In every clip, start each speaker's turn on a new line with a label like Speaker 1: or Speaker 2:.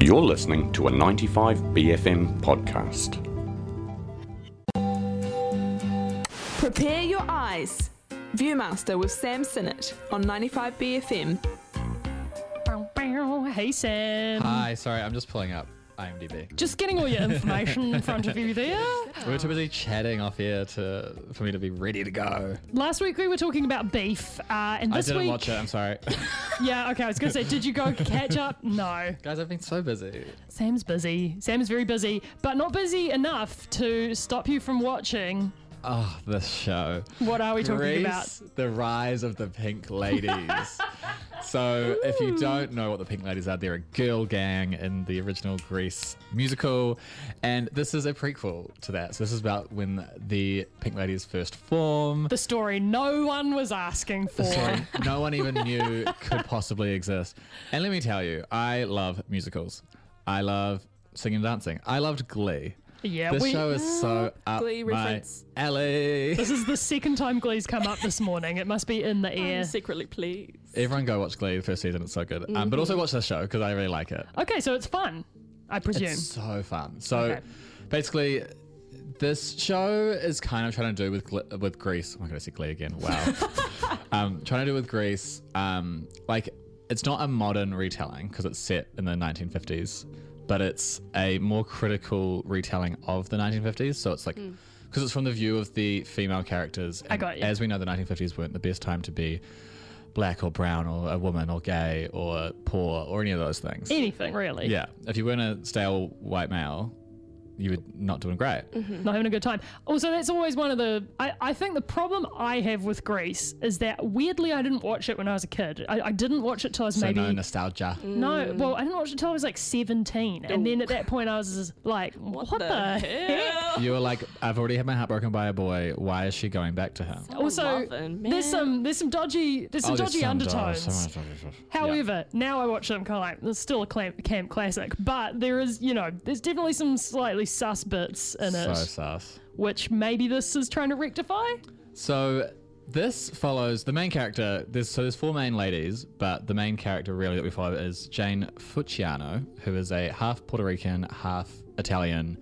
Speaker 1: You're listening to a 95BFM podcast.
Speaker 2: Prepare your eyes. Viewmaster with Sam Sinnott on 95BFM.
Speaker 3: Bow, bow. Hey, Sam.
Speaker 4: Hi, sorry, I'm just pulling up IMDb.
Speaker 3: Just getting all your information in front of you there.
Speaker 4: We were too busy chatting off here to for me to be ready to go.
Speaker 3: Last week we were talking about beef, uh, and
Speaker 4: I
Speaker 3: this
Speaker 4: didn't
Speaker 3: week,
Speaker 4: watch it. I'm sorry,
Speaker 3: yeah, okay. I was gonna say, did you go catch up? No,
Speaker 4: guys. I've been so busy.
Speaker 3: Sam's busy. Sam's very busy, but not busy enough to stop you from watching.
Speaker 4: Oh, this show.
Speaker 3: What are we talking
Speaker 4: Grease,
Speaker 3: about?
Speaker 4: the rise of the Pink Ladies. so, if you don't know what the Pink Ladies are, they're a girl gang in the original Grease musical, and this is a prequel to that. So, this is about when the Pink Ladies first form.
Speaker 3: The story no one was asking for.
Speaker 4: story no one even knew could possibly exist. And let me tell you, I love musicals. I love singing and dancing. I loved Glee.
Speaker 3: Yeah,
Speaker 4: This
Speaker 3: we.
Speaker 4: show is so up
Speaker 2: Glee
Speaker 4: my
Speaker 2: reference.
Speaker 4: alley.
Speaker 3: This is the second time Glee's come up this morning. It must be in the
Speaker 2: I'm
Speaker 3: air.
Speaker 2: Secretly pleased.
Speaker 4: Everyone go watch Glee the first season. It's so good. Um, but also watch this show because I really like it.
Speaker 3: Okay, so it's fun, I presume.
Speaker 4: It's so fun. So
Speaker 3: Okay.
Speaker 4: basically, this show is kind of trying to do with Gl- with Greece. Oh I'm going to say Glee again. Wow. um, trying to do with Greece, um, like it's not a modern retelling because it's set in the 1950s, but it's a more critical retelling of the 1950s. So it's like. Because it's from the view of the female characters. And
Speaker 3: Hmm. got you.
Speaker 4: As we know, the 1950s weren't the best time to be black or brown or a woman or gay or poor or any of those things.
Speaker 3: Anything really.
Speaker 4: Yeah, if you weren't a stale white male, you were not doing great.
Speaker 3: not having a good time. Also, that's always one of the. I, I think the problem I have with Greece is that weirdly I didn't watch it when I was a kid. I, I didn't watch it till I was
Speaker 4: So
Speaker 3: maybe. Mm.
Speaker 4: no nostalgia.
Speaker 3: no, well, I didn't watch it till I was like 17. And then at that point, I was just like, what, the, heck?
Speaker 4: You were like, I've already had my heart broken by a boy. Why is she going back to him?
Speaker 3: Also,
Speaker 2: Lovin',
Speaker 3: there's some there's some dodgy there's some
Speaker 4: Oh, there's
Speaker 3: dodgy
Speaker 4: some- oh, so
Speaker 3: undertones.
Speaker 4: much dodgy-
Speaker 3: However, now I watch them kind of like it's still a clam- camp classic, but there is you know there's definitely some slightly sus bits in
Speaker 4: so
Speaker 3: it,
Speaker 4: sus.
Speaker 3: which maybe this is trying to rectify.
Speaker 4: So this follows the main character. There's so there's four main ladies, but the main character really that we follow is Jane Fuciano, who is a half Puerto Rican, half Italian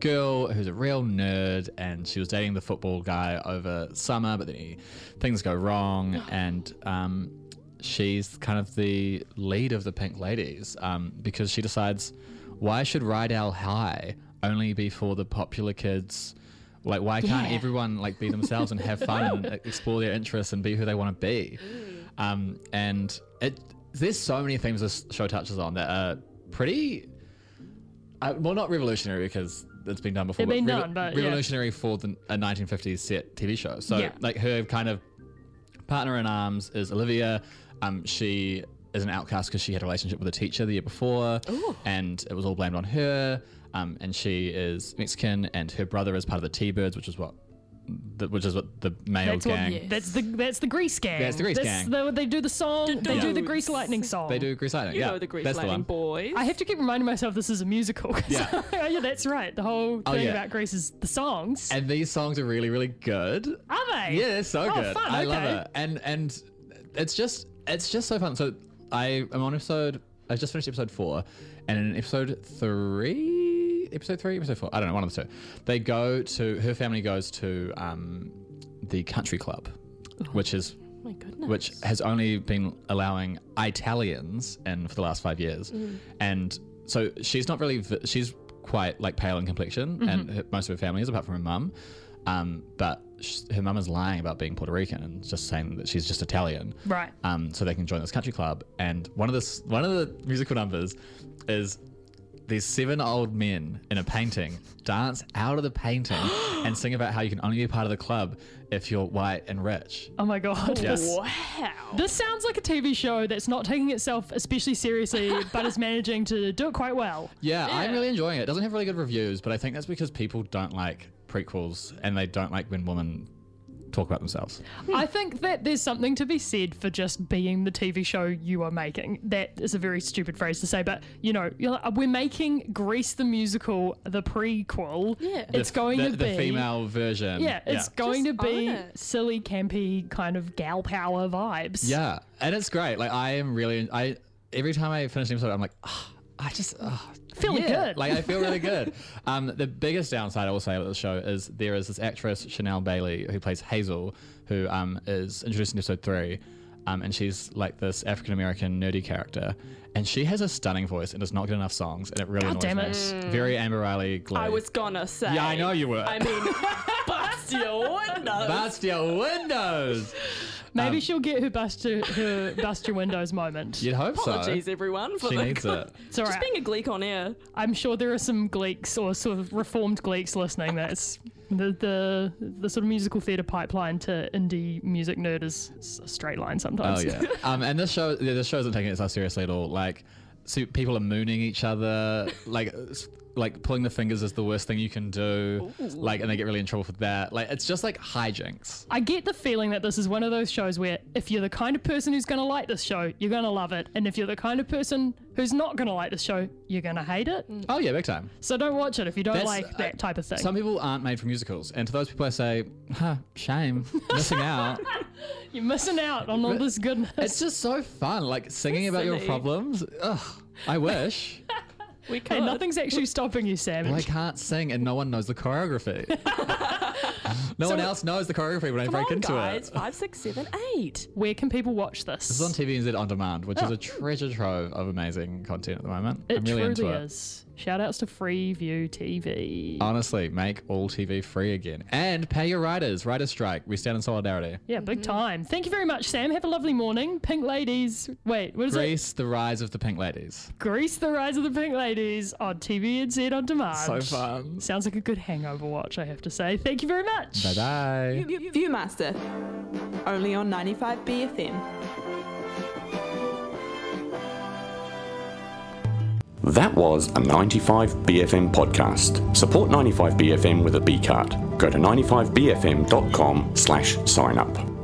Speaker 4: girl who's a real nerd, and she was dating the football guy over summer, but then he, things go wrong, and um, she's kind of the lead of the Pink Ladies um, because she decides why should Rydell High only be for the popular kids? Like, why can't everyone like be themselves and have fun and explore their interests and be who they want to be? Um, and it there's so many themes this show touches on that are pretty, uh, well, not revolutionary because it's been done before.
Speaker 3: They've been done, but yeah.
Speaker 4: revolutionary for the, a 1950s set TV show. So
Speaker 3: Yeah.
Speaker 4: like her kind of partner in arms is Olivia. Um, she is an outcast because she had a relationship with a teacher the year before, and it was all blamed on her. Um, and she is Mexican, and her brother is part of the T-Birds, which is what, the, which is what the male
Speaker 3: That's
Speaker 4: gang.
Speaker 3: what. That's the that's the Grease gang.
Speaker 4: That's the Grease gang.
Speaker 3: the- they do the song. They do the
Speaker 2: dudes.
Speaker 3: Grease lightning song.
Speaker 4: They do Grease Lightning.
Speaker 2: You
Speaker 4: yeah,
Speaker 2: know the Grease
Speaker 4: that's
Speaker 2: Lightning
Speaker 4: the one.
Speaker 2: boys.
Speaker 3: I have to keep reminding myself this is a musical. 'cause-
Speaker 4: Yeah.
Speaker 3: yeah, that's right. The whole thing
Speaker 4: Oh, yeah.
Speaker 3: about Grease is the songs.
Speaker 4: And these songs are really, really good.
Speaker 3: Are they?
Speaker 4: Yeah, they're so
Speaker 3: Oh,
Speaker 4: good.
Speaker 3: fun,
Speaker 4: I love
Speaker 3: okay.
Speaker 4: it. And and it's just it's just so fun. So I am on episode I just finished episode four, and in episode three, episode three, episode four, I don't know, one of the two. They go to her family goes to um, the country club, which is
Speaker 2: Oh, my goodness.
Speaker 4: which has only been allowing Italians in for the last five years,
Speaker 2: Mm.
Speaker 4: and so she's not really v- she's quite like pale in complexion,
Speaker 2: Mm-hmm.
Speaker 4: and her, most of her family is apart from her mum, um, but sh her mum is lying about being Puerto Rican and just saying that she's just Italian,
Speaker 3: Right.
Speaker 4: um, so they can join this country club. And one of the s- one of the musical numbers is these seven old men in a painting dance out of the painting and sing about how you can only be part of the club if you're white and rich.
Speaker 3: Oh my god. This,
Speaker 2: Wow.
Speaker 3: this sounds like a TV show that's not taking itself especially seriously, but is managing to do it quite well.
Speaker 4: Yeah, I'm really enjoying it. It doesn't have really good reviews, but I think that's because people don't like prequels and they don't like when women talk about themselves.
Speaker 2: Hmm.
Speaker 3: I think that there's something to be said for just being the TV show you are making. That is a very stupid phrase to say, but you know, you're like, we're making Grease the musical the prequel.
Speaker 2: Yeah.
Speaker 3: it's going
Speaker 4: the,
Speaker 3: to
Speaker 4: the
Speaker 3: be
Speaker 4: female version.
Speaker 3: Yeah, it's going
Speaker 2: Just
Speaker 3: to be
Speaker 2: own it.
Speaker 3: silly, campy, kind of gal power vibes.
Speaker 4: Yeah, and it's great. Like I am really I every time I finish an episode, I'm like, "Ah, I just oh,
Speaker 3: Feeling good.
Speaker 4: Like I feel really good. um, the biggest downside I will say about the show is there is this actress Chanel Bailey who plays Hazel, who um, is introduced in episode three, um, and she's like this African American nerdy character, and she has a stunning voice and does not get enough songs, and it really
Speaker 3: God
Speaker 4: annoys
Speaker 3: damn
Speaker 4: me. Mm.
Speaker 3: it.
Speaker 4: Very Amber Riley. Glee.
Speaker 2: I was gonna say.
Speaker 4: Yeah, I know you were.
Speaker 2: I mean, bust your windows.
Speaker 4: Bust your windows.
Speaker 3: Maybe
Speaker 4: Um,
Speaker 3: she'll get her bust to, her bust your windows moment.
Speaker 4: You'd hope
Speaker 2: Apologies,
Speaker 4: so.
Speaker 2: everyone, for
Speaker 4: She
Speaker 2: the
Speaker 4: needs it.
Speaker 3: It's all
Speaker 2: Just
Speaker 3: right.
Speaker 2: being a gleek on air.
Speaker 3: I'm sure there are some Gleeks or sort of reformed Gleeks listening. That's the the the sort of musical theatre pipeline to indie music nerd is s- a straight line
Speaker 4: Oh
Speaker 3: sometimes.
Speaker 4: yeah. um, and this show, yeah, this show isn't taking itself seriously at all. Like, so people are mooning each other. Like, s- like pulling the fingers is the worst thing you can do. Like, and they get really in trouble for that. Like, it's just like hijinks.
Speaker 3: I get the feeling that this is one of those shows where if you're the kind of person who's going to like this show, you're going to love it, and if you're the kind of person who's not going to like this show, you're going to hate it.
Speaker 2: Mm.
Speaker 4: Oh yeah, big time.
Speaker 3: So don't watch it if you don't
Speaker 4: That's- uh,
Speaker 3: like that type of thing.
Speaker 4: Some people aren't made for musicals, and to those people, I say, huh, shame, missing out.
Speaker 3: You're missing out on all this goodness.
Speaker 4: It's just so fun, like singing about your
Speaker 2: Silly.
Speaker 4: problems. Ugh, I wish.
Speaker 2: We
Speaker 3: Hey,
Speaker 2: could.
Speaker 3: nothing's actually stopping you, Sam.
Speaker 4: Well, I can't sing, and no one knows the choreography. no one else knows the choreography when I
Speaker 2: Come
Speaker 4: break
Speaker 2: on,
Speaker 4: into it.
Speaker 2: guys. Five, six, seven, eight.
Speaker 3: Where can people watch this?
Speaker 4: It's on TVNZ On Demand, which is a treasure trove of amazing content at the moment.
Speaker 3: Oh. It
Speaker 4: I'm really
Speaker 3: truly
Speaker 4: into it.
Speaker 3: is. Shout outs to Freeview TV.
Speaker 4: Honestly, make all TV free again. And pay your writers. Writers strike. We stand in solidarity.
Speaker 3: yeah, big time. Thank you very much, Sam. Have a lovely morning. Pink Ladies. Wait, what is it?
Speaker 4: Grease, the rise of the pink ladies.
Speaker 3: Grease the Rise of the Pink Ladies on TV and Z on demand.
Speaker 4: So fun.
Speaker 3: Sounds like a good hangover watch, I have to say. Thank you very much.
Speaker 4: Bye bye.
Speaker 2: Viewmaster. Only on 95BFM.
Speaker 1: That was a 95BFM podcast. Support 95BFM with a B card. Go to 95BFM.com slash sign up.